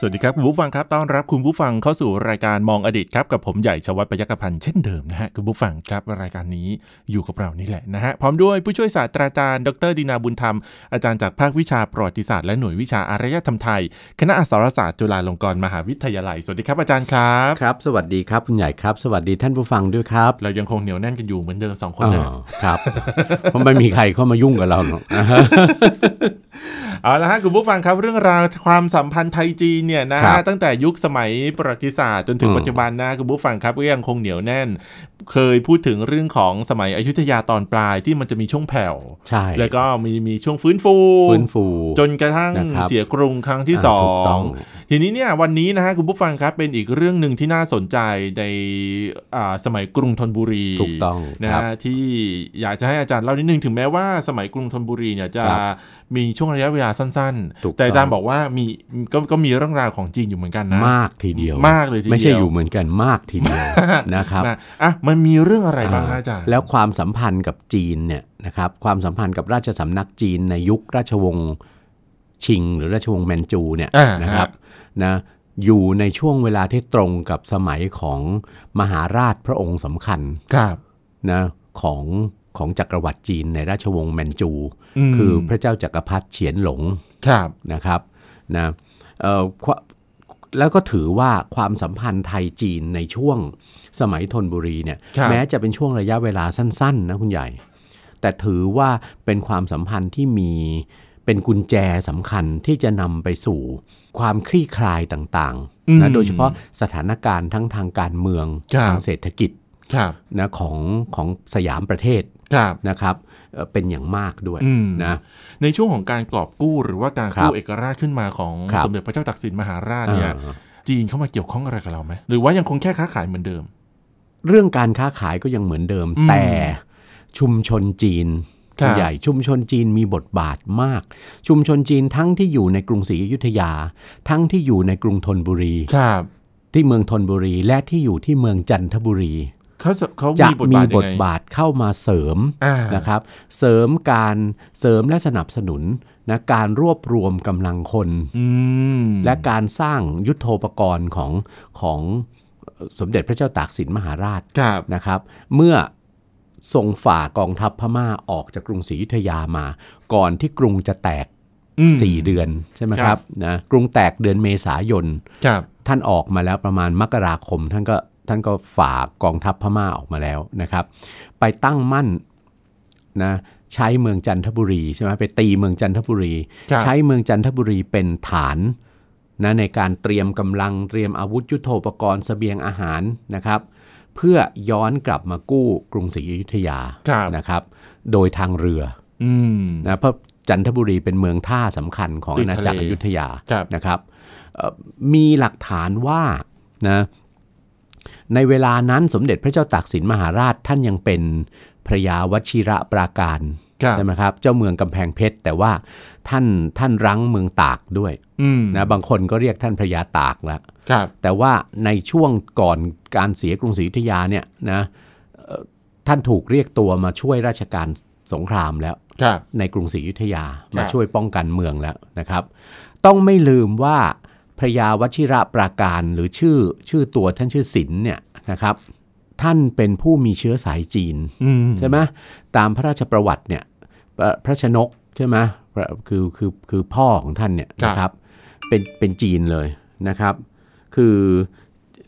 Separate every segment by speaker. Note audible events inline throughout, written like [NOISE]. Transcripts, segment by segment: Speaker 1: สวัสดีครับคุณผู้ฟังครับต้อนรับคุณผู้ฟังเข้าสู่รายการมองอดีตครับกับผมใหญ่ชวัฒน์ปยักพันธ์เช่นเดิมนะฮะคุณผู้ฟังครับรายการนี้อยู่กับเรานี่แหละนะฮะพร้อมด้วยผู้ช่วยศาสตราจารย์ดรดินาบุญธรรมอาจารย์จากภาควิชาประวัติศาสตร์และหน่วยวิชาอารยธรรมไทย คณะอักษรศาสตร์จุฬาลงกรณ์มหาวิทยาลัยสวัสดีครับอาจารย์ครับ
Speaker 2: ครับ สวัสดีครับคุณใหญ่ครับ สวัสดีท่านผู้ฟังด้วยครับ
Speaker 1: เรายังคงเหนียวแน่นกันอยู่เหมือนเดิมสองคนนะ
Speaker 2: อ๋อครับ เพราะไม่มีใครเข้ามายุ่งกับเราหรอก [LAUGHS] นะฮะ
Speaker 1: เอาละฮะคุณผู้ฟังครับเรื่องราวความสัมพันธ์ไทยจีนเนี่ยนะครับ ตั้งแต่ยุคสมัยประวัติศาสตร์จนถึง
Speaker 2: อืม
Speaker 1: ปัจจุบันนะคุณผู้ฟังครับก็ยังคงเหนียวแน่น เคยพูดถึงเรื่องของสมัยอยุธยาตอนปลายที่มันจะมีช่วงแผ่ว
Speaker 2: ใช่
Speaker 1: แล้วก็มีมีช่วงฟื้นฟู
Speaker 2: ฟื้นฟู
Speaker 1: จนกระทั่ง
Speaker 2: นะครับ
Speaker 1: เสียกรุงครั้งที่
Speaker 2: อ่า
Speaker 1: สอ
Speaker 2: ถูกต้
Speaker 1: ง
Speaker 2: อง
Speaker 1: ทีนี้เนี่ยวันนี้นะฮะคุณผู้ฟังครับเป็นอีกเรื่องหนึ่งที่น่าสนใจในอ่าสมัยกรุงธนบุรี
Speaker 2: ถูกต้อง
Speaker 1: นะครับ ฮะที่อยากจะให้อาจารย์เล่านิดนึงถึงแม้ว่าสมัยกรุงธนบุรีเนี่ยจะ
Speaker 2: ครับ
Speaker 1: มีช่วงระยะเวลาสั้น
Speaker 2: ถูก
Speaker 1: ๆ แต่อาจารย์
Speaker 2: ต้อง
Speaker 1: บอกว่ามีก็ก็มีเรื่องราวของจีนอยู่เหมือนกันนะ
Speaker 2: มากทีเดียว
Speaker 1: มากเลยทีเดียว
Speaker 2: ไม่ใช่อยู่เหมือนกันมากทีเดียว
Speaker 1: [LAUGHS]
Speaker 2: นะครับ
Speaker 1: นะอ่ะมันมีเรื่องอะไรบ้าง
Speaker 2: อ่
Speaker 1: ฮะอาจารย์
Speaker 2: แล้วความสัมพันธ์กับจีนเนี่ยนะครับความสัมพันธ์กับราชสำนักจีนในยุคราชวงศ์ชิง หรือราชวงศ์แมนจูเนี่ย
Speaker 1: อ่าฮ
Speaker 2: นะครับนะอยู่ในช่วงเวลาที่ตรงกับสมัยของมหาราชพระองค์สำคัญ
Speaker 1: ครับ
Speaker 2: นะของของจักรวรรดิจีนในราชวงศ์แมนจู
Speaker 1: ม
Speaker 2: คือพระเจ้าจักรพรรดิเฉียนหลง
Speaker 1: ครับ
Speaker 2: นะครับนะเอ่อควแล้วก็ถือว่าความสัมพันธ์ไทยจีนในช่วงสมัยธนบุรีเนี่ย
Speaker 1: ครับ
Speaker 2: แม้จะเป็นช่วงระยะเวลาสั้นๆนะคุณใหญ่ แต่ถือว่าเป็นความสัมพันธ์ที่มีเป็นกุญแจสำคัญที่จะนำไปสู่ความคลี่คลายต่างๆนะโดยเฉพาะสถานการณ์ทั้งทางการเมืองทางเศรษฐกิจ
Speaker 1: ครับ
Speaker 2: นะของของสยามประเทศ
Speaker 1: ครับ
Speaker 2: นะครับเอ่อเป็นอย่างมากด้วย
Speaker 1: อืม
Speaker 2: นะ
Speaker 1: ในช่วงของการกอบกู้หรือว่าการ
Speaker 2: ครับ
Speaker 1: กู้เอกราชขึ้นมาของ
Speaker 2: ครับ
Speaker 1: สมเด็จพระเจ้าตากสินมหาราชเนี่ย
Speaker 2: เอ่อ
Speaker 1: จีนเข้ามาเกี่ยวข้องอะไรกับเราไหมหรือว่ายังคงแค่ค้าขายเหมือนเดิม
Speaker 2: เรื่องการค้าขายก็ยังเหมือนเดิม
Speaker 1: อืม
Speaker 2: แต่ชุมชนจีน
Speaker 1: ครับ
Speaker 2: ใหญ่ชุมชนจีนมีบทบาทมาก ชุมชนจีนทั้งที่อยู่ในกรุงศรีอยุธยา ทั้งที่อยู่ในกรุงธนบุรี
Speaker 1: ครับ
Speaker 2: ที่เมืองธนบุรีและที่อยู่ที่เมืองจันทบุรี
Speaker 1: เขาเขา
Speaker 2: จะ
Speaker 1: มีบท
Speaker 2: มี
Speaker 1: บาทยัง
Speaker 2: บท
Speaker 1: ไง
Speaker 2: บาทเข้ามาเสริม
Speaker 1: อ่า
Speaker 2: นะครับเสริมการเสริมและสนับสนุนนะการรวบรวมกำลังคน
Speaker 1: อืม
Speaker 2: และการสร้างยุทโธปกรณ์ของของเอ่อสมเด็จพระเจ้าตากสินมหาราช
Speaker 1: ครับ
Speaker 2: นะครับ เมื่อทรงฝ่ากองทัพพม่าออกจากกรุงศรีอยุธยามา ก่อนที่กรุงจะแตก
Speaker 1: อืม
Speaker 2: 4 เดือนใช่ไหมค
Speaker 1: ครั
Speaker 2: รับบ นะกรุงแตกเดือนเมษายน
Speaker 1: ครับ
Speaker 2: ท่านออกมาแล้วประมาณมกราคม ท่านก็ท่านก็ฝ่ากองทัพพม่าออกมาแล้วนะครับ ไปตั้งมั่นนะใช้เมืองจันทบุรีใช่ไหมไปตีเมืองจันทบุรี
Speaker 1: ครับ
Speaker 2: ใช้เมืองจันทบุรีเป็นฐานนะในการเตรียมกำลังเตรียมอาวุธยุโทโธปกรณ์เสบียงอาหารนะครับ เพื่อย้อนกลับมากู้กรุงศรีอยุธยา
Speaker 1: ครับ
Speaker 2: นะครับ โดยทางเรือ
Speaker 1: อืม
Speaker 2: นะเพราะจันทบุรีเป็นเมืองท่าสำคัญของ
Speaker 1: ติด
Speaker 2: อาณาจักร
Speaker 1: ทะ
Speaker 2: อ
Speaker 1: เล
Speaker 2: ยุธยา
Speaker 1: ครับ
Speaker 2: นะครับเอ่อมีหลักฐานว่านะในเวลานั้นสมเด็จพระเจ้าตากสินมหาราชท่านยังเป็นพระยาวชิระปราการ
Speaker 1: ครับ
Speaker 2: ใช่ไหมครับเจ้าเมืองกำแพงเพชร แต่ว่าท่านท่านรั้งเมืองตากด้วย
Speaker 1: อืม
Speaker 2: นะบางคนก็เรียกท่านพระยาตากละ
Speaker 1: ครับ
Speaker 2: แต่ว่าในช่วงก่อนการเสียกรุงศรีอยุธยาเนี่ยนะเอ่อท่านถูกเรียกตัวมาช่วยราชการสงครามแล้ว
Speaker 1: ครับ
Speaker 2: ในกรุงศรีอยุธยา
Speaker 1: ครับ
Speaker 2: มาช่วยป้องกันเมืองแล้วนะครับ ต้องไม่ลืมว่าพระยาวชิระปราการหรือชื่อชื่อตัวท่านชื่อศิลป์เนี่ยนะครับ ท่านเป็นผู้มีเชื้อสายจีน
Speaker 1: อืม
Speaker 2: ใช่ไหมตามพระราชประวัติเนี่ยพระพระชนกใช่ไหมพระคือคือคือพ่อของท่านเนี่ยนะครับเป็นเป็นจีนเลยนะครับ คือ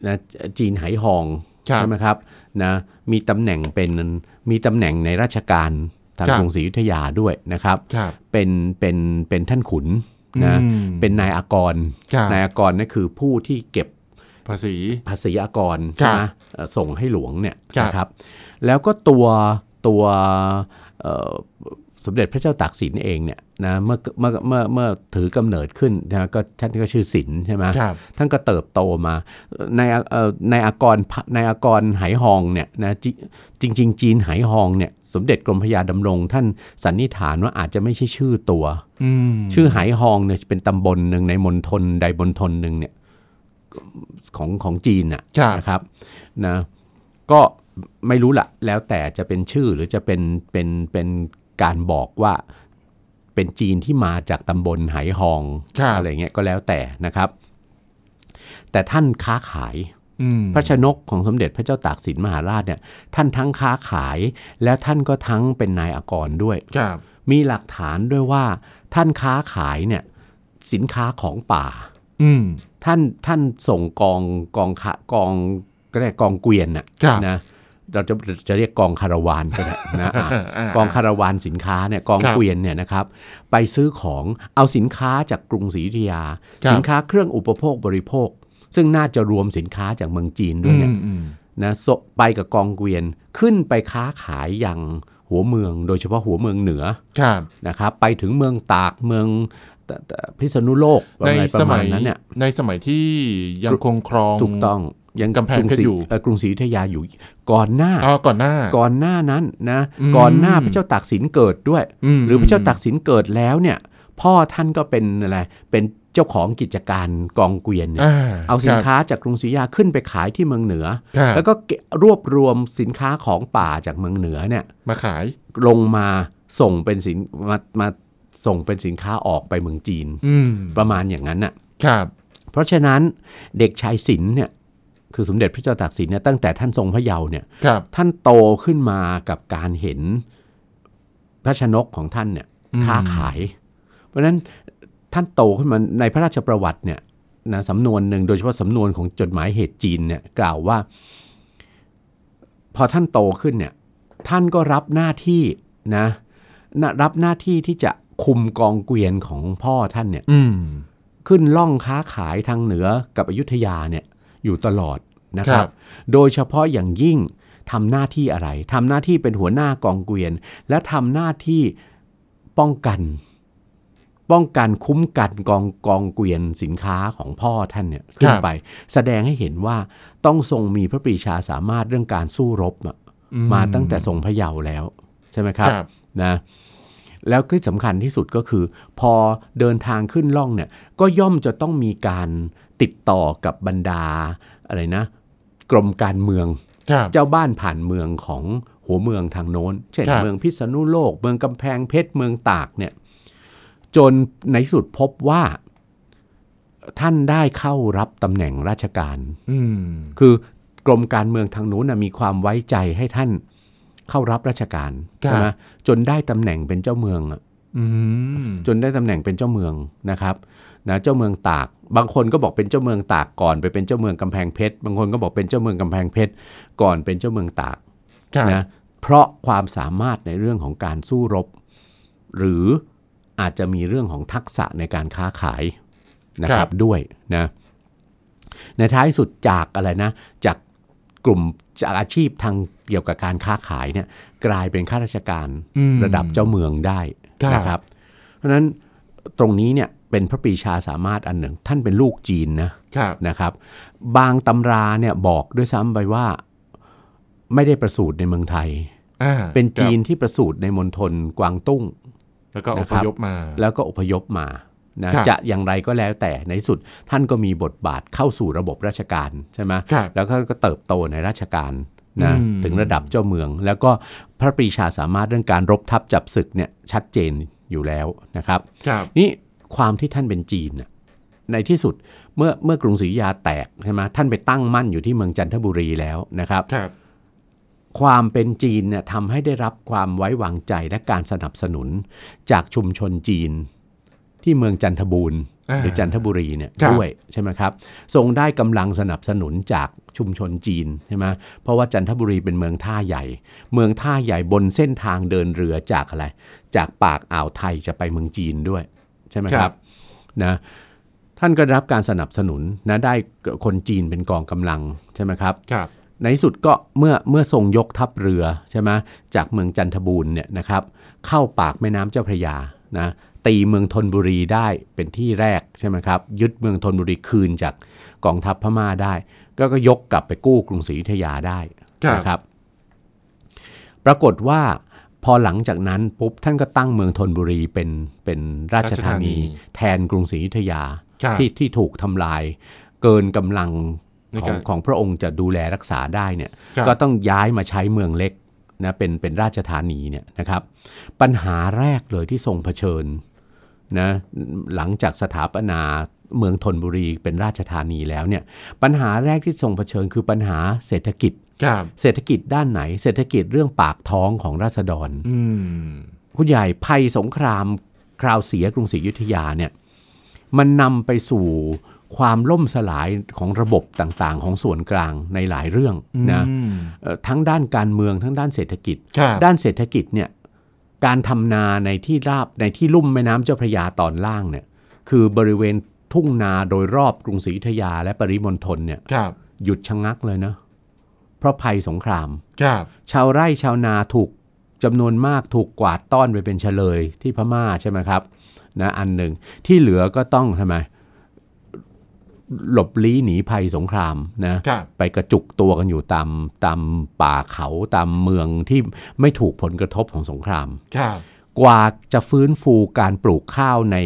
Speaker 2: นะจีนไหหอง
Speaker 1: ครับ
Speaker 2: ใช่ไหมครับนะมีตำแหน่งเป็นมีตำแหน่งในราชการทาง
Speaker 1: ครับ
Speaker 2: กรุงศรีอยุธยาด้วยนะครับ
Speaker 1: ครับ
Speaker 2: เป็นเป็นเป็นท่านขุนนะ
Speaker 1: อืม
Speaker 2: เป็นนายอากร
Speaker 1: ครับ
Speaker 2: นายอากรนั่นคือผู้ที่เก็บ
Speaker 1: ภาษี
Speaker 2: ภาษีอากร
Speaker 1: ครับ
Speaker 2: ใช่ไหมเอ่อส่งให้หลวงเนี่ย
Speaker 1: ครับ
Speaker 2: นะครับแล้วก็ตัวตัวเอ่อ สมเด็จพระเจ้าตากสินเองเนี่ยนะเมื่อเมื่อเมื่อเมื่อถือกำเนิดขึ้นนะก็ท่านก็ชื่อสินใช่ไหม
Speaker 1: ครับ
Speaker 2: ท่านก็เติบโตมาในเอ่อในอากรในอากรไหหองเนี่ยนะจริงจริง ๆ จีนไหหองเนี่ยสมเด็จกรมพระยาดำรง ท่านสันนิษฐานว่าอาจจะไม่ใช่ชื่อตัว
Speaker 1: อืม
Speaker 2: ชื่อไหหองเนี่ยเป็นตำบลหนึ่งในมณฑลใดมณฑลหนึ่งเนี่ยของของจีนน่ะ
Speaker 1: ครับ
Speaker 2: นะครับนะก็ไม่รู้ละแล้วแต่จะเป็นชื่อหรือจะเป็นเป็นเป็นการบอกว่าเป็นจีนที่มาจากตำบลไหหอง
Speaker 1: ครับ
Speaker 2: อะไรเงี้ยก็แล้วแต่นะครับ แต่ท่านค้าขาย
Speaker 1: อืม
Speaker 2: พระชนกของสมเด็จพระเจ้าตากสินมหาราชเนี่ยท่านทั้งค้าขาย และท่านก็ทั้งเป็นนายอากรด้วย
Speaker 1: ครับ
Speaker 2: มีหลักฐานด้วยว่าท่านค้าขายเนี่ยสินค้าของป่า
Speaker 1: อืม
Speaker 2: ท่านท่านส่งกองกองขะกองก็เรียกกองเกวียนน่ะ
Speaker 1: ครับ
Speaker 2: นะเราจะจะเรียกกองคาราวานก็ได้นะ
Speaker 1: [LAUGHS]
Speaker 2: อ่ะ กองคาราวานสินค้าเนี่ยกอง
Speaker 1: ครับ
Speaker 2: เกวียนเนี่ยนะครับไปซื้อของเอาสินค้าจากกรุงศรีอยุธยา
Speaker 1: ครับ
Speaker 2: สินค้าเครื่องอุปโภคบริโภค ซึ่งน่าจะรวมสินค้าจากเมืองจีนด้วยเนี่ย
Speaker 1: อืมอืม
Speaker 2: นะสไปกับกองเกวียนขึ้นไปค้าขายอย่างหัวเมือง โดยเฉพาะหัวเมืองเหนือ
Speaker 1: ครับ
Speaker 2: นะครับไปถึงเมืองตากเมืองตตพิษณุโลกอะ
Speaker 1: ใน
Speaker 2: ไรป
Speaker 1: ส
Speaker 2: ระมา
Speaker 1: มั
Speaker 2: ณ
Speaker 1: ย
Speaker 2: นั้นเนี่ย
Speaker 1: ในสมัยที่ยังคงครอง
Speaker 2: ถูกต้องยัง
Speaker 1: กำแพง
Speaker 2: รุศ
Speaker 1: เพชร
Speaker 2: รี
Speaker 1: อยู่
Speaker 2: เกรุงศรีอยุธยาอยู่ก่อนหน้า
Speaker 1: อ๋อก่อนหน้า
Speaker 2: ก่อนหน้านั้นนะ
Speaker 1: อืม
Speaker 2: ก่อนหน้าพระเจ้าตากสินเกิดด้วย
Speaker 1: ม
Speaker 2: หรือพระเจ้าตากสินเกิดแล้วเนี่ยพ่อท่านก็เป็นอะไรเป็นเจ้าของกิจการกองเกวียนเนี่ย
Speaker 1: อ่
Speaker 2: เอาสิน
Speaker 1: รับ
Speaker 2: ค้าจากกรุงศรีอยุธยาขึ้นไปขายที่เมืองเหนือ
Speaker 1: ครับ
Speaker 2: แล้วก็เก็บรวบรวมสินค้าของป่าจากเมืองเหนือเนี่ย
Speaker 1: มาขาย
Speaker 2: ลงมาส่งเป็นสินมามาส่งเป็นสินค้าออกไปเมืองจีน
Speaker 1: อืม
Speaker 2: ประมาณอย่างนั้นน่ะ
Speaker 1: ครับ
Speaker 2: เพราะฉะนั้นเด็กชายศิลป์เนี่ยคือสมเด็จพระเจ้าตากสินเนี่ยตั้งแต่ท่านทรงพระเยาว์เนี่ย
Speaker 1: ครับ
Speaker 2: ท่านโตขึ้นมากับการเห็นพระชนกของท่านเนี่ยค้าขาย เพราะฉะนั้นท่านโตขึ้นมาในพระราชประวัติเนี่ยนะสำนวนหนึ่งโดยเฉพาะสำนวนของจดหมายเหตุจีนเนี่ยกล่าวว่า พอท่านโตขึ้นเนี่ยท่านก็รับหน้าที่นะนะรับหน้าที่ที่จะคุมกองเกวียนของพ่อท่านเนี่ย
Speaker 1: อืม
Speaker 2: ขึ้นล่องค้าขายทางเหนือกับอยุธยาเนี่ยอยู่ตลอดนะครั
Speaker 1: ครับ บ
Speaker 2: โดยเฉพาะอย่างยิ่งทำหน้าที่อะไรทำหน้าที่เป็นหัวหน้ากองเกวียน และทำหน้าที่ป้องกัน ป้องกันคุ้มกันกองกองเกวียนสินค้าของพ่อท่านเนี่ยขึ้นไป แสดงให้เห็นว่าต้องทรงมีพระปรีชาสามารถเรื่องการสู้รบอะ
Speaker 1: อื
Speaker 2: มาตั้งแต่ทรงพระเยาว์แล้ว ใช่ไหมครับ
Speaker 1: ครับ
Speaker 2: นะแล้วที่สำคัญที่สุดก็คือ พอเดินทางขึ้นล่องเนี่ยก็ย่อมจะต้องมีการติดต่อกับบรรดาอะไรนะ กรมการเมือง
Speaker 1: ครับ
Speaker 2: เจ้าบ้านผ่านเมืองของหัวเมืองทางโน้น เช่น
Speaker 1: ครับ
Speaker 2: เมืองพิษณุโลก เมืองกำแพงเพชรเมืองตากเนี่ยจนในที่สุดพบว่าท่านได้เข้ารับตำแหน่งราชการ
Speaker 1: อืม
Speaker 2: คือกรมการเมืองทางนู้นนะมีความไว้ใจให้ท่านเข้ารับราชการใช่ไหมจนได้ตำแหน่งเป็นเจ้าเมืองอะ
Speaker 1: อืม
Speaker 2: จนได้ตำแหน่งเป็นเจ้าเมืองนะครับนะเจ้าเมืองตาก บางคนก็บอกเป็นเจ้าเมืองตากก่อนไปเป็นเจ้าเมืองกำแพงเพชรบางคนก็บอกเป็นเจ้าเมืองกำแพงเพชรก่อนเป็นเจ้าเมืองตาก
Speaker 1: ครับ
Speaker 2: นะเพราะความสามารถในเรื่องของการสู้รบ หรืออาจจะมีเรื่องของทักษะในการค้าขายนะครับด้วยนะ ในท้ายสุดจากอะไรนะ จากกลุ่มจากอาชีพทางเกี่ยวกับการค้าขายเนี่ยกลายเป็นข้าราชการ
Speaker 1: อืม
Speaker 2: ระดับเจ้าเมืองได้
Speaker 1: ครับ
Speaker 2: นะครับ เพราะฉะนั้นตรงนี้เนี่ยเป็นพระปรีชาสามารถอันหนึ่ง ท่านเป็นลูกจีนนะครับ นะครับ บางตำราเนี่ยบอกด้วยซ้ำไปว่าไม่ได้ประสูติในเมืองไทย
Speaker 1: อ่า
Speaker 2: เป็นจีน
Speaker 1: ครับ
Speaker 2: ที่ประสูติในมณฑลกวางตุ้ง
Speaker 1: แล้วก็อ
Speaker 2: นะค
Speaker 1: พ
Speaker 2: รับ
Speaker 1: ยพมา
Speaker 2: แล้วก็อพยพมานะครับ จะอย่างไรก็แล้วแต่ในสุดท่านก็มีบทบาทเข้าสู่ระบบราชการใช่ไหม
Speaker 1: ครับ
Speaker 2: แล้วก็ก็เติบโตในราชการนะ
Speaker 1: อืม
Speaker 2: ถึงระดับเจ้าเมือง แล้วก็พระปรีชาสามารถเรื่องการรบทัพจับศึกเนี่ยชัดเจนอยู่แล้วนะครับ
Speaker 1: ครับ
Speaker 2: นี่ความที่ท่านเป็นจีนน่ะในที่สุดเมื่อเมื่อกรุงศรีอยุธยาแตกใช่ไหมท่านไปตั้งมั่นอยู่ที่เมืองจันทบุรีแล้วนะครับ
Speaker 1: ครับ
Speaker 2: ความเป็นจีนเนี่ยทำให้ได้รับความไว้วางใจและการสนับสนุนจากชุมชนจีนที่เมืองจันทบูรณ์
Speaker 1: อ่า
Speaker 2: หรือจันทบุรีเนี่ย
Speaker 1: ครับ
Speaker 2: ด้วยใช่ไหมครับทรงได้กำลังสนับสนุนจากชุมชนจีนใช่ไหมเพราะว่าจันทบุรีเป็นเมืองท่าใหญ่ เมืองท่าใหญ่บนเส้นทางเดินเรือจากอะไร จากปากอ่าวไทยจะไปเมืองจีนด้วยใช่ไหมครับนะท่านก็ได้รับการสนับสนุนนะได้คนจีนเป็นกองกำลังใช่ไหมครับ
Speaker 1: ครับ
Speaker 2: ในที่สุดก็เมื่อเมื่อทรงยกทัพเรือใช่ไหมจากเมืองจันทบูรณ์เนี่ยนะครับเข้าปากแม่น้ำเจ้าพระยานะตีเมืองธนบุรีได้เป็นที่แรกใช่ไหมครับยึดเมืองธนบุรีคืนจากกองทัพพม่าได้ ก็ก็ยกกลับไปกู้กรุงศรีอยุธยาได้
Speaker 1: ครับ
Speaker 2: นะครับ ปรากฏว่าพอหลังจากนั้นปุ๊บท่านก็ตั้งเมืองธนบุรีเป็นเป็นราชธานี
Speaker 1: ราชธานี
Speaker 2: แทนกรุงศรีอยุธยา
Speaker 1: ครับ
Speaker 2: ที่ที่ถูกทำลายเกินกำลัง
Speaker 1: ใน
Speaker 2: ข
Speaker 1: กา
Speaker 2: อ
Speaker 1: รง
Speaker 2: ของพระองค์จะดูแลรักษาได้เนี่ย
Speaker 1: ครับ
Speaker 2: ก็ต้องย้ายมาใช้เมืองเล็กนะเป็นเป็นราชธานีเนี่ยนะครับ ปัญหาแรกเลยที่ทรงเผชิญนะหลังจากสถาปนาเมืองธนบุรีเป็นราชธานีแล้วเนี่ยปัญหาแรกที่ทรงเผชิญคือปัญหาเศรษฐกิจ
Speaker 1: ครับ
Speaker 2: เศรษฐกิจด้านไหน เศรษฐกิจเรื่องปากท้องของราษฎร
Speaker 1: อืม
Speaker 2: คุณใหญ่ภัยสงครามคราวเสียกรุงศรีอยุธยาเนี่ยมันนำไปสู่ความล่มสลายของระบบต่างๆ ของส่วนกลางในหลายเรื่องนะ
Speaker 1: อืม
Speaker 2: เอ่อทั้งด้านการเมืองทั้งด้านเศรษฐกิจ
Speaker 1: ครับ
Speaker 2: ด้านเศรษฐกิจเนี่ยการทำนาในที่ราบในที่ลุ่มแม่น้ำเจ้าพระยาตอนล่างเนี่ยคือบริเวณทุ่งนาโดยรอบกรุงศรีอยุธยาและปริมณฑลเนี่ย
Speaker 1: ครับ
Speaker 2: หยุดชะงักเลยนะเพราะภัยสงคราม
Speaker 1: ครับ
Speaker 2: ชาวไร่ชาวนาถูกจำนวนมากถูกกวาดต้อนไปเป็นเฉลยที่พม่าใช่ไหมครับนะอันหนึ่งที่เหลือก็ต้องทำไมหลบลี้หนีภัยสงครามนะ
Speaker 1: ครับ
Speaker 2: ไปกระจุกตัวกันอยู่ตามตามป่าเขาตามเมืองที่ไม่ถูกผลกระทบของสงคราม
Speaker 1: ครับ
Speaker 2: กว่าจะฟื้นฟูการปลูกข้าวใน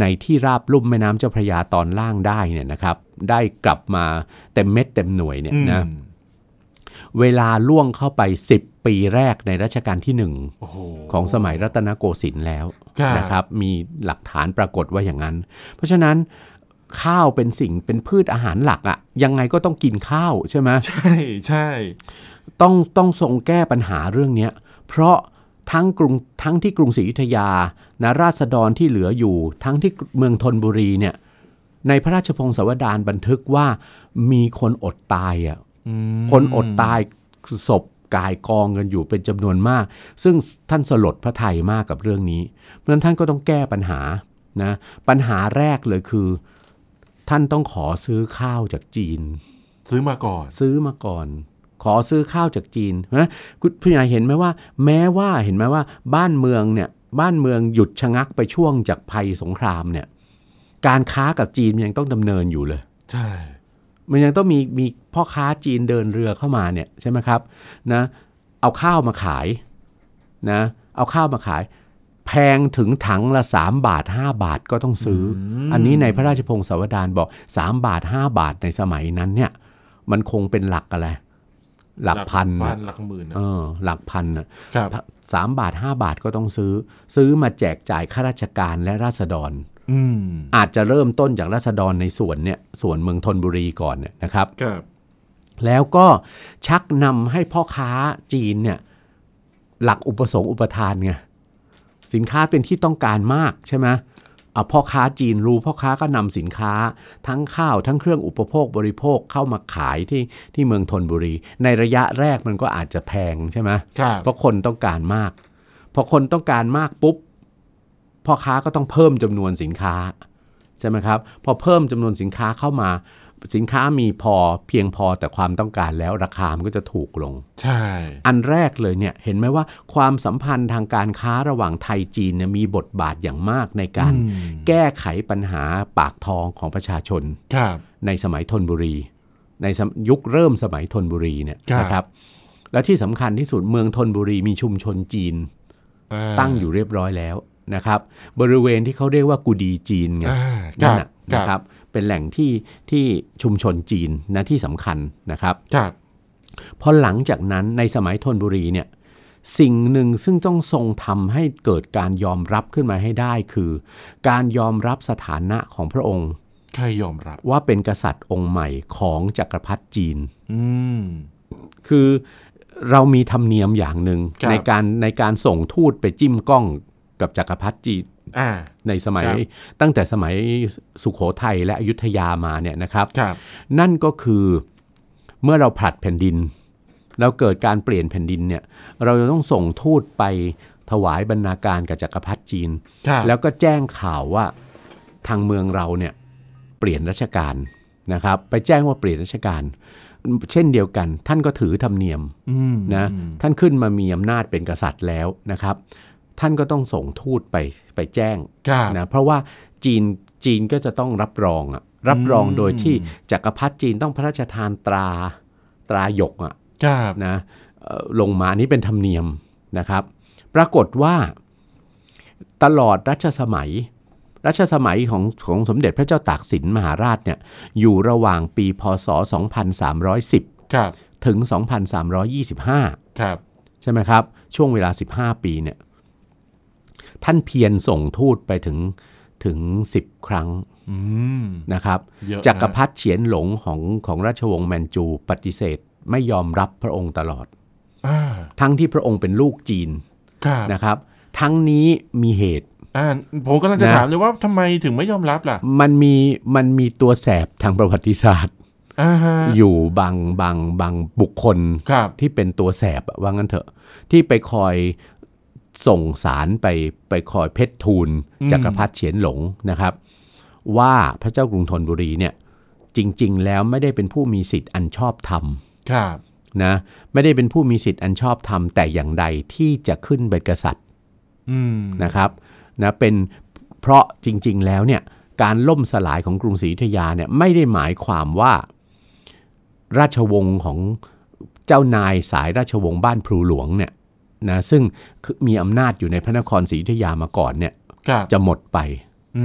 Speaker 2: ในที่ราบลุ่มแม่น้ำเจ้าพระยาตอนล่างได้เนี่ยนะครับ ได้กลับมาเต็มเม็ดเต็มหน่วยเนี่ยนะ
Speaker 1: อืม
Speaker 2: เวลาล่วงเข้าไป 10 ปีแรกในรัชกาลที่
Speaker 1: โอ้โห
Speaker 2: 1 ของสมัยรัตนโกสินทร์แล้ว
Speaker 1: ครับ
Speaker 2: นะครับมีหลักฐานปรากฏว่าอย่างนั้น เพราะฉะนั้นข้าวเป็นสิ่งเป็นพืชอาหารหลักอะยังไงก็ต้องกินข้าวใช่ไหม
Speaker 1: ใช่ใช่
Speaker 2: ต้องต้องทรงแก้ปัญหาเรื่องเนี้ยเพราะทั้งกรุงทั้งที่กรุงศรีอยุธยานะราษฎรที่เหลืออยู่ ทั้งที่เมืองธนบุรีเนี่ยในพระราชพงศาวดารบันทึกว่ามีคนอดตายอะ
Speaker 1: อืม
Speaker 2: คนอดตายศพกายกองกันอยู่เป็นจำนวนมาก ซึ่งท่านสลดพระไทยมากกับเรื่องนี้ เพราะฉะนั้นท่านก็ต้องแก้ปัญหานะปัญหาแรกเลยคือ ท่านต้องขอซื้อข้าวจากจีน
Speaker 1: ซื้อมาก่อน
Speaker 2: ซื้อมาก่อน ขอซื้อข้าวจากจีนนะคุณผู้ใหญ่เห็นไหมว่า แม้ว่าเห็นไหมว่า บ้านเมืองเนี่ยบ้านเมืองหยุดชะงักไปช่วงจากภัยสงครามเนี่ยการค้ากับจีนยังต้องดำเนินอยู่เลย
Speaker 1: ใช่
Speaker 2: มันยังต้องมีมีพ่อค้าจีนเดินเรือเข้ามาเนี่ยใช่ไหมครับนะเอาข้าวมาขายนะเอาข้าวมาขาย แพงถึงถังละ 3 บาท 5 บาทก็ต้องซื้อออันนี้ในพระราชพงศาวดารบอก 3 บาท 5 บาทในสมัยนั้นเนี่ยมันคงเป็นหลักอะไร หลักพัน
Speaker 1: หลักพั
Speaker 2: นะ
Speaker 1: นหลักหมื่นนะ
Speaker 2: เออหลักพันน่ะ
Speaker 1: ครับ
Speaker 2: สามบาทห้าบาทก็ต้องซื้อ ซื้อมาแจกจ่ายข้าราชการและราษฎร
Speaker 1: อืม
Speaker 2: อาจจะเริ่มต้นจากราษฎรในส่วนเนี่ยส่วนเมืองธนบุรีก่อนเนี่ยนะครับ
Speaker 1: ครับ
Speaker 2: แล้วก็ชักนำให้พ่อค้าจีนเนี่ยหลักอุปสงค์อุปทานไงสินค้าเป็นที่ต้องการมากใช่ไหมเอาพ่อค้าจีนรู้พ่อค้าก็นำสินค้า ทั้งข้าวทั้งเครื่องอุปโภคบริโภคเข้ามาขายที่ที่เมืองธนบุรี ในระยะแรกมันก็อาจจะแพงใช่ไหม
Speaker 1: ครับ
Speaker 2: เพราะคนต้องการมาก พอคนต้องการมากปุ๊บพ่อค้าก็ต้องเพิ่มจำนวนสินค้า ใช่ไหมครับพอเพิ่มจำนวนสินค้าเข้ามา สินค้ามีพอเพียงพอแต่ความต้องการแล้วราคามันก็จะถูกลง
Speaker 1: ใช่
Speaker 2: อันแรกเลยเนี่ยเห็นไหมว่าความสัมพันธ์ทางการค้าระหว่างไทยจีนเนี่ยมีบทบาทอย่างมากในการ
Speaker 1: อืม
Speaker 2: แก้ไขปัญหาปากท้องของประชาชน
Speaker 1: ครับ
Speaker 2: ในสมัยธนบุรี ในสมยุคเริ่มสมัยธนบุรีเนี่ย
Speaker 1: ครับ
Speaker 2: นะครับและที่สำคัญที่สุดเมืองธนบุรีมีชุมชนจีน
Speaker 1: อ่า
Speaker 2: ตั้งอยู่เรียบร้อยแล้วนะครับ บริเวณที่เขาเรียกว่ากูดีจีนไง
Speaker 1: อ่าค
Speaker 2: นั่
Speaker 1: รั
Speaker 2: น
Speaker 1: บ
Speaker 2: น่ะนะครับเป็นแหล่งที่ที่ชุมชนจีนนะที่สำคัญนะครับ
Speaker 1: ครับ
Speaker 2: พอหลังจากนั้นในสมัยธนบุรีเนี่ยสิ่งหนึ่งซึ่งต้องทรงทำให้เกิดการยอมรับขึ้นมาให้ได้คือ การยอมรับสถานะของพระองค์
Speaker 1: ใครยอมรับ
Speaker 2: ว่าเป็นกษัตริย์องค์ใหม่ของจักรพรรดิจีน
Speaker 1: อืม
Speaker 2: คือเรามีธรรมเนียมอย่างหนึ่ง
Speaker 1: ครับ
Speaker 2: ในการในการส่งทูตไปจิ้มกล้องกับจักรพรรดิจีน
Speaker 1: อ่า
Speaker 2: ในสมัย
Speaker 1: ครับ
Speaker 2: ตั้งแต่สมัยสุโขทัยและอยุธยามาเนี่ยนะครับ
Speaker 1: ครับ
Speaker 2: นั่นก็คือเมื่อเราผลัดแผ่นดิน แล้วเกิดการเปลี่ยนแผ่นดินเนี่ยเราจะต้องส่งทูตไปถวายบรรณาการกับจักรพรรดิจีน
Speaker 1: ครับ
Speaker 2: แล้วก็แจ้งข่าวว่าทางเมืองเราเนี่ยเปลี่ยนราชการนะครับ ไปแจ้งว่าเปลี่ยนราชการ เช่นเดียวกัน ท่านก็ถือธรรมเนียม
Speaker 1: อืม
Speaker 2: นะ
Speaker 1: อืม
Speaker 2: ท่านขึ้นมามีอำนาจเป็นกษัตริย์แล้วนะครับ ท่านก็ต้องส่งทูตไปไปแจ้ง
Speaker 1: ครับ
Speaker 2: นะเพราะว่าจีนจีนก็จะต้องรับรองอะรับรอง
Speaker 1: อืม
Speaker 2: โดยที่จักรพรรดิจีนต้องพระราชทานตราตราหยกอะ
Speaker 1: ครับ
Speaker 2: นะเอ่อลงมาอันนี้เป็นธรรมเนียมนะครับ ปรากฏว่าตลอดรัชสมัย รัชสมัยของของสมเด็จพระเจ้าตากสินมหาราชเนี่ยอยู่ระหว่างปีพศ 2310
Speaker 1: ครับ
Speaker 2: ถึง 2325
Speaker 1: ครับ
Speaker 2: ใช่ไหมครับ ช่วงเวลา 15 ปีเนี่ยท่านเพียรส่งทูตไปถึงถึง 10 ครั้ง
Speaker 1: อืม
Speaker 2: นะครับ
Speaker 1: เยอะนะ
Speaker 2: จักรพรรดิเฉียนหลงของของราชวงศ์แมนจูปฏิเสธไม่ยอมรับพระองค์ตลอด
Speaker 1: อ่า
Speaker 2: ทั้งที่พระองค์เป็นลูกจีน
Speaker 1: ครับ
Speaker 2: นะครับ ทั้งนี้มีเหตุ
Speaker 1: อ่าผมกำลังจะ
Speaker 2: นะ
Speaker 1: ถามเลยว่าทำไมถึงไม่ยอมรับล่ะ
Speaker 2: มันมีมันมีตัวแสบทางประวัติศาสตร์
Speaker 1: อ่าฮะ
Speaker 2: อยู่บางบางบางบุคคล
Speaker 1: ครับ
Speaker 2: ที่เป็นตัวแสบอะว่างั้นเถอะ ที่ไปคอยส่งสารไปไปคอยเพชรทูล
Speaker 1: อืม
Speaker 2: จักรพรรดิเฉียนหลงนะครับ ว่าพระเจ้ากรุงธนบุรีเนี่ยจริง ๆ แล้วไม่ได้เป็นผู้มีสิทธิ์อันชอบธรรม
Speaker 1: ครับ
Speaker 2: นะไม่ได้เป็นผู้มีสิทธิ์อันชอบธรรมแต่อย่างใดที่จะขึ้นเป็นกษัตริย์
Speaker 1: อืม
Speaker 2: นะครับนะเป็นเพราะจริง ๆ แล้วเนี่ยการล่มสลายของกรุงศรีอยุธยาเนี่ยไม่ได้หมายความว่าราชวงศ์ของ เจ้านายสายราชวงศ์บ้านพลูหลวงเนี่ยนะซึ่งคือมีอำนาจอยู่ในพระนครศรีอยุธยามาก่อนเนี่ย
Speaker 1: ครับ
Speaker 2: จะหมดไป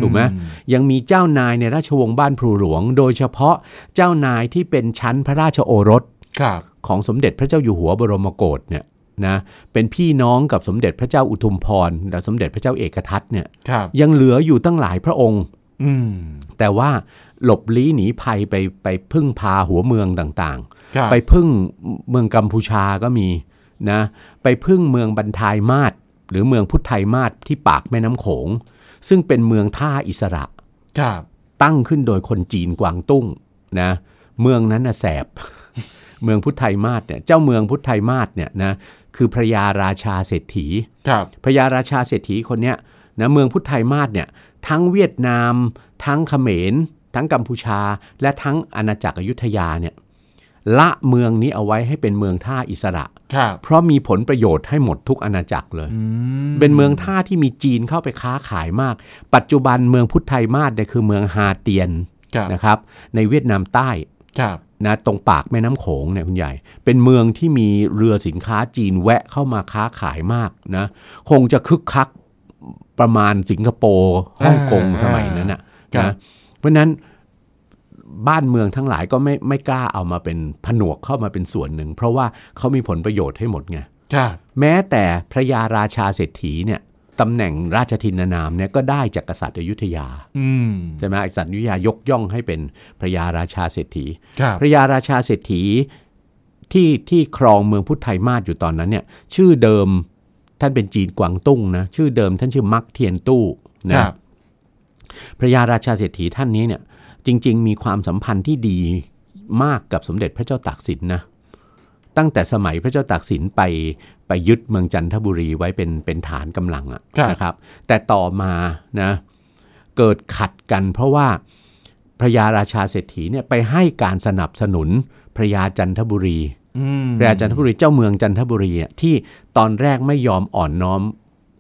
Speaker 2: ถูกไหม
Speaker 1: อื
Speaker 2: ยังมีเจ้านายในราชวงศ์บ้านพลูหลวง โดยเฉพาะเจ้านายที่เป็นชั้นพระราชโอรส
Speaker 1: ครับ
Speaker 2: ของสมเด็จพระเจ้าอยู่หัวบรมโกศเนี่ยนะเป็นพี่น้องกับสมเด็จพระเจ้าอุทุมพรและสมเด็จพระเจ้าเอกทัตเนี่ย
Speaker 1: ครับ
Speaker 2: ยังเหลืออยู่ตั้งหลายพระองค์
Speaker 1: อืม
Speaker 2: แต่ว่าหลบลี้หนีภัยไปไปพึ่งพาหัวเมืองต่างๆ
Speaker 1: ครับ
Speaker 2: ไปพึ่งเมืองกัมพูชาก็มีนะไปพึ่งเมืองบันทายมาศหรือเมืองพุทธไทยมาศที่ปากแม่น้ำโขง ซึ่งเป็นเมืองท่าอิสระ
Speaker 1: ครับ
Speaker 2: ตั้งขึ้นโดยคนจีนกวางตุ้งนะเมืองนั้นน่ะแสบ [LAUGHS] เมืองพุทธไทยมาศเนี่ยเจ้าเมืองพุทธไทยมาศเนี่ยนะคือพระยาราชาเศรษฐี
Speaker 1: ครับ
Speaker 2: พระยาราชาเศรษฐีคนเนี้ยนะเมืองพุทธไทยมาศเนี่ยทั้งเวียดนาม ทั้งเขมร ทั้งกัมพูชา และทั้งอาณาจักรอยุธยาเนี่ยละเมืองนี้เอาไว้ให้เป็นเมืองท่าอิสระ
Speaker 1: ครับ
Speaker 2: เพราะมีผลประโยชน์ให้หมดทุกอาณาจักรเลย
Speaker 1: อืม
Speaker 2: เป็นเมืองท่าที่มีจีนเข้าไปค้าขายมาก ปัจจุบันเมืองพุทธไทยมาศเนี่ยคือเมืองฮาเตียน
Speaker 1: ครับ
Speaker 2: นะครับในเวียดนามใต้
Speaker 1: ครับ
Speaker 2: นะตรงปากแม่น้ำโขงเนี่ยคุณใหญ่ เป็นเมืองที่มีเรือสินค้าจีนแวะเข้ามาค้าขายมากนะคงจะคึกคักประมาณสิงคโปร์ฮ่องกงสมัยนั้นน่ะนะเพราะฉะนั้นบ้านเมืองทั้งหลายก็ไม่ไม่กล้าเอามาเป็นผนวกเข้ามาเป็นส่วนหนึ่ง เพราะว่าเขามีผลประโยชน์ให้หมดไง
Speaker 1: ครับ
Speaker 2: แม้แต่พระยาราชาเศรษฐีเนี่ยตำแหน่งราชทินานามเนี่ยก็ได้จากกษัตริย์อยุธยา
Speaker 1: อืม
Speaker 2: ใช่ไหมกษัตริย์อยุธยายกย่องให้เป็นพระยาราชาเศรษฐี
Speaker 1: ครับ
Speaker 2: พระยาราชาเศรษฐีที่ที่ครองเมืองพุทธไทยมาศอยู่ตอนนั้นเนี่ยชื่อเดิมท่านเป็นจีนกวางตุ้งนะชื่อเดิมท่านชื่อมักเทียนตู้
Speaker 1: ค
Speaker 2: นะ
Speaker 1: รับ
Speaker 2: พระยาราชาเศรษฐีท่านนี้เนี่ยจริง ๆ มีความสัมพันธ์ที่ดีมากกับสมเด็จพระเจ้าตากสินนะตั้งแต่สมัยพระเจ้าตากสินไปไปยึดเมืองจันทบุรีไว้เป็นเป็นฐานกำลังอะนะครับ แต่ต่อมานะเกิดขัดกันเพราะว่า พระยาราชาเศรษฐีเนี่ยไปให้การสนับสนุนพระยาจันทบุรี
Speaker 1: อืม
Speaker 2: พระยาจันทบุรีเจ้าเมืองจันทบุรีเนี่ยที่ตอนแรกไม่ยอมอ่อนน้อม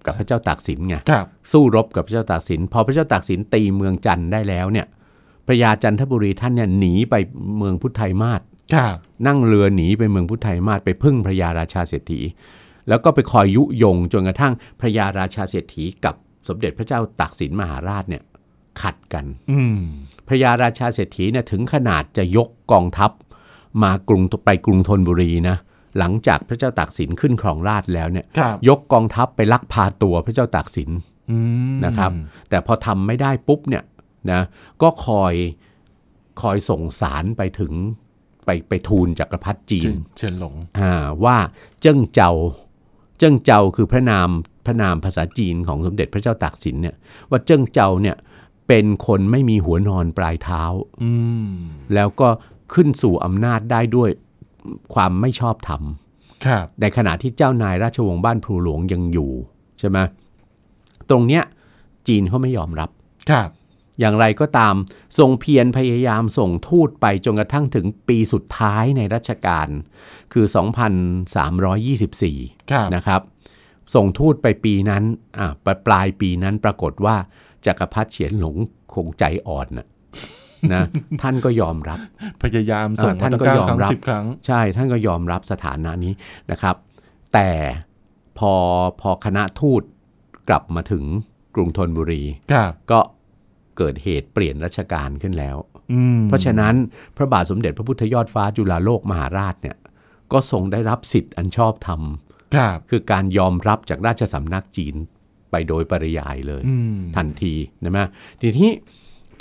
Speaker 2: กับพระเจ้าตากสินไง
Speaker 1: ครับ
Speaker 2: สู้รบกับพระเจ้าตากสินพอพระเจ้าตากสินตีเมืองจันทร์ได้แล้วเนี่ยพระยาจันทบุรีท่านเนี่ยหนีไปเมืองพุทธไทยมาศ
Speaker 1: ครับ
Speaker 2: นั่งเรือหนีไปเมืองพุทธไทยมาศไปพึ่งพระยาราชาเศรษฐี แล้วก็ไปคอยยุยงจนกระทั่งพระยาราชาเศรษฐีกับสมเด็จพระเจ้าตากสินมหาราชเนี่ยขัดกัน
Speaker 1: อืม
Speaker 2: พระยาราชาเศรษฐีเนี่ยถึงขนาดจะยกกองทัพ มากรุงไปกรุงธนบุรีนะหลังจากพระเจ้าตากสินขึ้นครองราชย์แล้วเนี่ย
Speaker 1: ครับ
Speaker 2: ยกกองทัพไปลักพาตัวพระเจ้าตากสิน
Speaker 1: อืม
Speaker 2: นะครับ แต่พอทำไม่ได้ปุ๊บเนี่ยนะก็คอยคอยส่งสารไปถึงไปไปทูลจักรพรรดิจี
Speaker 1: จ
Speaker 2: น
Speaker 1: นเฉินหลง
Speaker 2: อ่าว่าเจิ้งเจาเจิ้งเจาคือพระนามพระนามภาษาจีนของสมเด็จพระเจ้าตากสินเนี่ยว่าเจิ้งเจาเนี่ยเป็นคนไม่มีหัวนอนปลายเท้า
Speaker 1: อืม
Speaker 2: แล้วก็ขึ้นสู่อำนาจได้ด้วยความไม่ชอบธรรม
Speaker 1: ครับ
Speaker 2: ในขณะที่เจ้านายราชวงศ์บ้านพลูหลวงยังอยู่ใช่ไหมตรงเนี้ยจีนเขาไม่ยอมรับ
Speaker 1: ครับ
Speaker 2: อย่างไรก็ตามทรงเพียรพยายามส่งทูตไปจนกระทั่งถึงปีสุดท้ายในรัชกาลคือ 2324
Speaker 1: ครับ
Speaker 2: นะครับ ส่งทูตไปปีนั้นอ่าปลายปลายปีนั้นปรากฏว่าจักรพรรดิเฉียนหลงคงใจอ่อนนะ [LAUGHS] นะ ท่านก็ยอมรับ
Speaker 1: พยายามส่ง
Speaker 2: เออ
Speaker 1: มา
Speaker 2: ท่าน
Speaker 1: ตั้ง
Speaker 2: ก็
Speaker 1: เก้าย
Speaker 2: อม
Speaker 1: ครั้ง
Speaker 2: รับ
Speaker 1: สิบครั้ง
Speaker 2: ใช่ท่านก็ยอมรับสถานะนี้นะครับ แต่พอพอคณะทูตกลับมาถึงกรุงธนบุรี
Speaker 1: ครับ
Speaker 2: ก็เกิดเหตุเปลี่ยนรัชกาลขึ้นแล้ว
Speaker 1: อืม
Speaker 2: เพราะฉะนั้นพระบาทสมเด็จพระพุทธยอดฟ้าจุฬาโลกมหาราชเนี่ยก็ทรงได้รับสิทธิ์อันชอบธรรม
Speaker 1: ครับ
Speaker 2: คือการยอมรับจากราชสำนักจีนไปโดยปริยายเลย
Speaker 1: อืม
Speaker 2: ทันทีนะมะทีนี้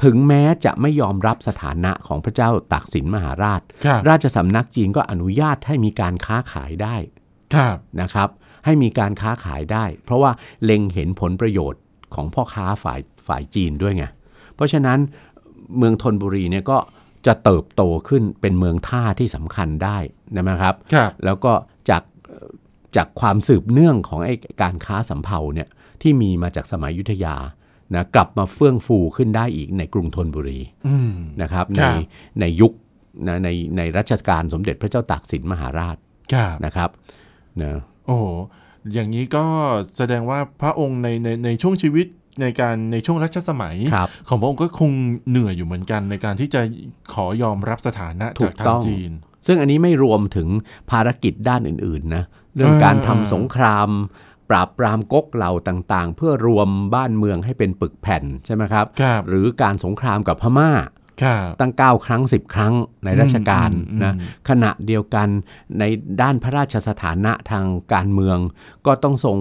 Speaker 2: ถึงแม้จะไม่ยอมรับสถานะของพระเจ้าตากสินมหาราช
Speaker 1: ครับ
Speaker 2: ราชสำนักจีนก็อนุญาตให้มีการค้าขายได้
Speaker 1: ครับ
Speaker 2: นะครับ ให้มีการค้าขายได้ เพราะว่าเล็งเห็นผลประโยชน์ของพ่อค้าฝ่ายฝ่ายจีนด้วยไงเพราะฉะนั้นเมืองธนบุรีเนี่ยก็จะเติบโตขึ้นเป็นเมืองท่าที่สำคัญได้นะครับ
Speaker 1: ครับ
Speaker 2: แล้วก็จากเอ่อจากความสืบเนื่องของไอ้การค้าสำเภาเนี่ยที่มีมาจากสมัยอยุทธยานะกลับมาเฟื่องฟูขึ้นได้อีกในกรุงธนบุรี
Speaker 1: อืม
Speaker 2: นะครับ
Speaker 1: ค
Speaker 2: ใน
Speaker 1: รับ
Speaker 2: ในยุคนะในในรัชกาลสมเด็จพระเจ้าตากสินมหาราช
Speaker 1: ครับ
Speaker 2: นะครับนะ
Speaker 1: โอ้โหอย่างนี้ก็แสดงว่าพระองค์ในในในช่วงชีวิตในการในช่วงรัชสมัย
Speaker 2: ครับ
Speaker 1: ของพระองค์ก็คงเหนื่อยอยู่เหมือนกัน ในการที่จะขอยอมรับสถานะ
Speaker 2: ถู
Speaker 1: จาก
Speaker 2: ก
Speaker 1: ทา
Speaker 2: ต้
Speaker 1: ง
Speaker 2: อง
Speaker 1: จีน
Speaker 2: ซึ่งอันนี้ไม่รวมถึงภารกิจด้านอื่นๆนะเรื่องการ
Speaker 1: อ่า
Speaker 2: ทำสงคราม ปราบปรามก๊กเหล่าต่างๆ เพื่อรวมบ้านเมืองให้เป็นปึกแผ่นใช่ไหมครับ
Speaker 1: ครับ
Speaker 2: หรือการสงครามกับพม่า
Speaker 1: ครับ
Speaker 2: ตั้ง 9 ครั้ง 10 ครั้งในราชการ
Speaker 1: อืม
Speaker 2: นะ
Speaker 1: อืม
Speaker 2: ขณะเดียวกันในด้านพระราชสถานะทางการเมือง ก็ต้องทรง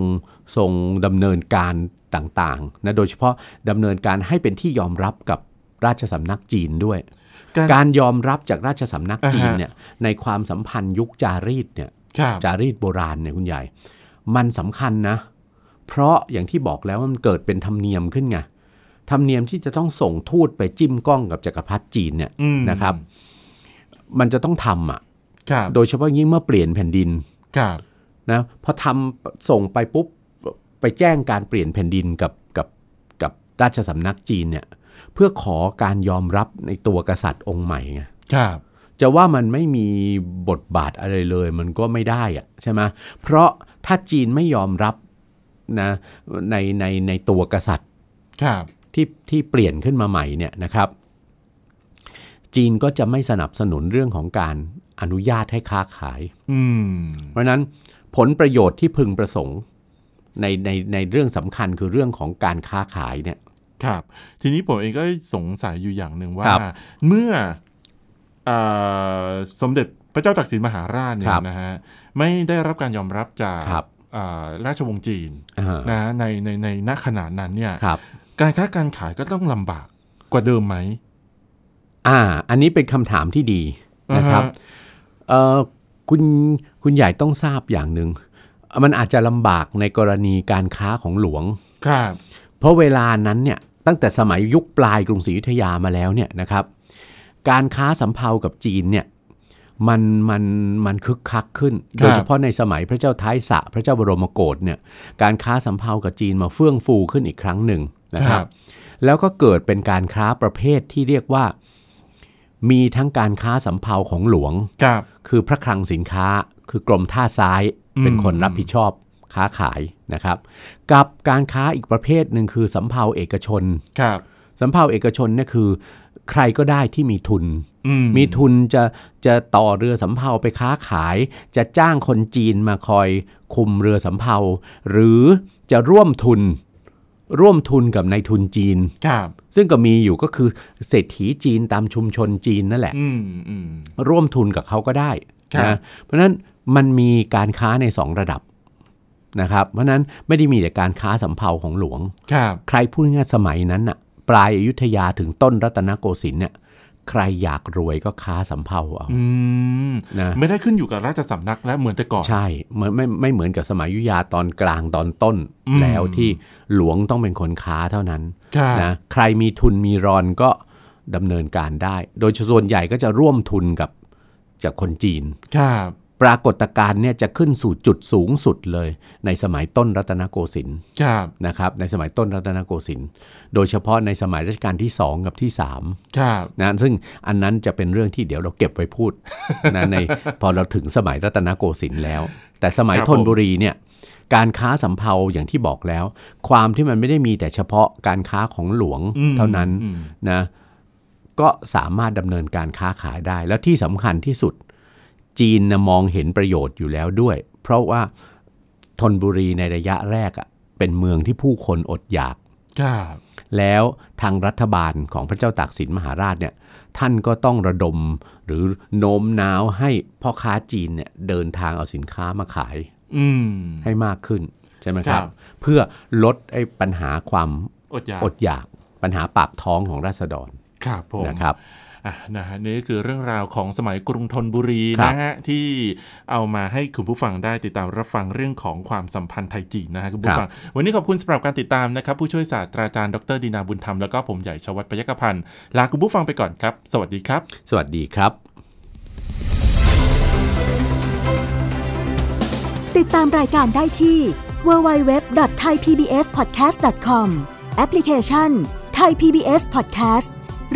Speaker 2: ทรงดำเนินการต่างๆนะโดยเฉพาะดำเนินการให้เป็นที่ยอมรับกับราชสำนักจีนด้วย
Speaker 1: การ
Speaker 2: การยอมรับจากราชสำนักจีน
Speaker 1: อ่าฮะ
Speaker 2: เนี่ยในความสัมพันธ์ยุคจารีตเนี่ย
Speaker 1: ครับ
Speaker 2: จารีตโบราณเนี่ยคุณใหญ่ มันสำคัญนะ เพราะอย่างที่บอกแล้วว่ามันเกิดเป็นธรรมเนียมขึ้นไงธรรมเนียมที่จะต้องส่งทูตไปจิ้มกล้องกับจักรพรรดิจีนเนี่ย
Speaker 1: อืม
Speaker 2: นะครับ มันจะต้องทำอ่ะ
Speaker 1: ครับ
Speaker 2: โดยเฉพาะยิ่งเมื่อเปลี่ยนแผ่นดิน
Speaker 1: ครับ
Speaker 2: นะพอทำส่งไปปุ๊บไปแจ้งการเปลี่ยนแผ่นดินกับกับกับราชสำนักจีนเนี่ยเพื่อขอการยอมรับในตัวกษัตริย์องค์ใหม่ไง
Speaker 1: ครับ
Speaker 2: จะว่ามันไม่มีบทบาทอะไรเลยมันก็ไม่ได้อะใช่ไหมเพราะถ้าจีนไม่ยอมรับนะในในในตัวกษัตริย์
Speaker 1: ครับ
Speaker 2: ที่ที่เปลี่ยนขึ้นมาใหม่เนี่ยนะครับ จีนก็จะไม่สนับสนุนเรื่องของการอนุญาตให้ค้าขาย
Speaker 1: อืม
Speaker 2: เพราะฉะนั้นผลประโยชน์ที่พึงประสงค์ในในในเรื่องสำคัญคือเรื่องของการค้าขายเนี่ย
Speaker 1: ครับ ทีนี้ผมเองก็สงสัยอยู่อย่างหนึ่งว่า
Speaker 2: ครับ
Speaker 1: เมื่ออ่าสมเด็จพระเจ้าตากสินมหาราชเนี่
Speaker 2: ค
Speaker 1: ย
Speaker 2: รับ
Speaker 1: นะฮะไม่ได้รับการยอมรับจาก
Speaker 2: ครับ
Speaker 1: อ่าราชวงศ์จีน
Speaker 2: อ่า
Speaker 1: นะในในในณขณะนั้นเนี่ย
Speaker 2: ครับ
Speaker 1: การค้าการขายก็ต้องลำบากกว่าเดิมไหม
Speaker 2: อ่า อันนี้เป็นคำถามที่ดีนะครับ
Speaker 1: อ่าฮ
Speaker 2: เอ่อคุณคุณใหญ่ต้องทราบอย่างหนึ่งมันอาจจะลำบากในกรณีการค้าของหลวง
Speaker 1: ครับ
Speaker 2: เพราะเวลานั้นเนี่ยตั้งแต่สมัยยุคปลายกรุงศรีอยุธยามาแล้วเนี่ยนะครับ การค้าสำเภากับจีนเนี่ยมันมันมันคึกคักขึ้น โดยเฉพาะในสมัยพระเจ้าท้ายสระพระเจ้าบรมโกศเนี่ยการค้าสำเภากับจีนมาเฟื่องฟูขึ้นอีกครั้งหนึ่งนะครับ แล้วก็เกิดเป็นการค้าประเภทที่เรียกว่า มีทั้งการค้าสำเภาของหลวง
Speaker 1: ครับ
Speaker 2: คือพระคลังสินค้าคือกรมท่าซ้าย
Speaker 1: อืม
Speaker 2: เป็นคนรับผิดชอบค้าขายนะครับ กับการค้าอีกประเภทหนึ่งคือสำเภาเอกชน
Speaker 1: ครับ
Speaker 2: สำเภาเอกชนเนี่ยคือใครก็ได้ที่มีทุน
Speaker 1: อืม
Speaker 2: มีทุนจะจะต่อเรือสำเภาไปค้าขาย จะจ้างคนจีนมาคอยคุมเรือสำเภา หรือจะร่วมทุน ร่วมทุนกับนายทุนจีน
Speaker 1: ครับ
Speaker 2: ซึ่งก็มีอยู่ก็คือเศรษฐีจีนตามชุมชนจีนนั่นแหละ
Speaker 1: อืมอืม
Speaker 2: ร่วมทุนกับเขาก็ได้
Speaker 1: ครับ
Speaker 2: นะเพราะฉะนั้นมันมีการค้าใน 2 ระดับนะครับเพราะฉะนั้นไม่ได้มีแต่การค้าสำเภาของหลวง
Speaker 1: ครับ
Speaker 2: ใครพูดง่ายๆสมัยนั้นน่ะปลายอยุธยาถึงต้นรัตนโกสินทร์เนี่ยใครอยากรวยก็ค้าสำเภาเอา
Speaker 1: อืม
Speaker 2: นะ
Speaker 1: ไม่ได้ขึ้นอยู่กับราชสำนักและเหมือนแต่ก่อน
Speaker 2: ใช่เหมือนไม่ไม่เหมือนกับสมัยอยุธยาตอนกลางตอนต้น
Speaker 1: อืม
Speaker 2: แล้วที่หลวงต้องเป็นคนค้าเท่านั้น
Speaker 1: ครับ
Speaker 2: นะใครมีทุนมีรอนก็ดำเนินการได้ โดยส่วนใหญ่ก็จะร่วมทุนกับจากคนจีน
Speaker 1: ครับ
Speaker 2: ปรากฏการณ์เนี่ยจะขึ้นสู่จุดสูงสุดเลย ในสมัยต้นรัตนโกสินทร์
Speaker 1: ครับ
Speaker 2: นะครับในสมัยต้นรัตนโกสินทร์โดยเฉพาะในสมัยรัชกาลที่ 2 กับที่ 3
Speaker 1: ครับ
Speaker 2: นะซึ่งอันนั้นจะเป็นเรื่องที่เดี๋ยวเราเก็บไว้
Speaker 1: [LAUGHS]
Speaker 2: พูด นะในพอเราถึงสมัยรัตนโกสินทร์แล้ว แต่สมัยธนบุรีเนี่ยการค้าสำเภาอย่างที่บอกแล้ว ความที่มันไม่ได้มีแต่เฉพาะการค้าของหลวง
Speaker 1: อืม
Speaker 2: เท่านั้น
Speaker 1: อืม
Speaker 2: นะก็สามารถดำเนินการค้าขายได้ แล้วที่สำคัญที่สุด จีนนะมองเห็นประโยชน์อยู่แล้วด้วย เพราะว่าธนบุรีในระยะแรกอะเป็นเมืองที่ผู้คนอดอยาก
Speaker 1: ครับ
Speaker 2: แล้วทางรัฐบาลของพระเจ้าตากสินมหาราชเนี่ยท่านก็ต้องระดมหรือโน้มน้าวให้พ่อค้าจีนเนี่ยเดินทางเอาสินค้ามาขาย
Speaker 1: อืม
Speaker 2: ให้มากขึ้นใช่ไหม
Speaker 1: ค
Speaker 2: ค
Speaker 1: รั
Speaker 2: รับ
Speaker 1: บ
Speaker 2: เพื่อลดไอ้ปัญหาความ
Speaker 1: อดอยาก
Speaker 2: อดอยากปัญหาปากท้องของราษฎร
Speaker 1: ครับผม
Speaker 2: นะครับ
Speaker 1: อ่ะนะฮะนี่คือเรื่องราวของสมัยกรุงธนบุรี
Speaker 2: ครับ
Speaker 1: นะฮะที่เอามาให้คุณผู้ฟังได้ติดตามรับฟังเรื่องของความสัมพันธ์ไทยจีนนะฮะคุณผู้ฟัง วันนี้ขอบคุณสำหรับการติดตามนะครับ ผู้ช่วยศาสตราจารย์ดรดีนาบุญธรรมแล้วก็ผมใหญ่ชวัฒน์ปยกพันธ์ลาคุณผู้ฟังไปก่อนครับ สวัสดีครับ
Speaker 2: สวัสดีครับ
Speaker 3: ติดตามรายการได้ที่ www.thaipbspodcast.com แอปพลิเคชัน Thai PBS Podcast ห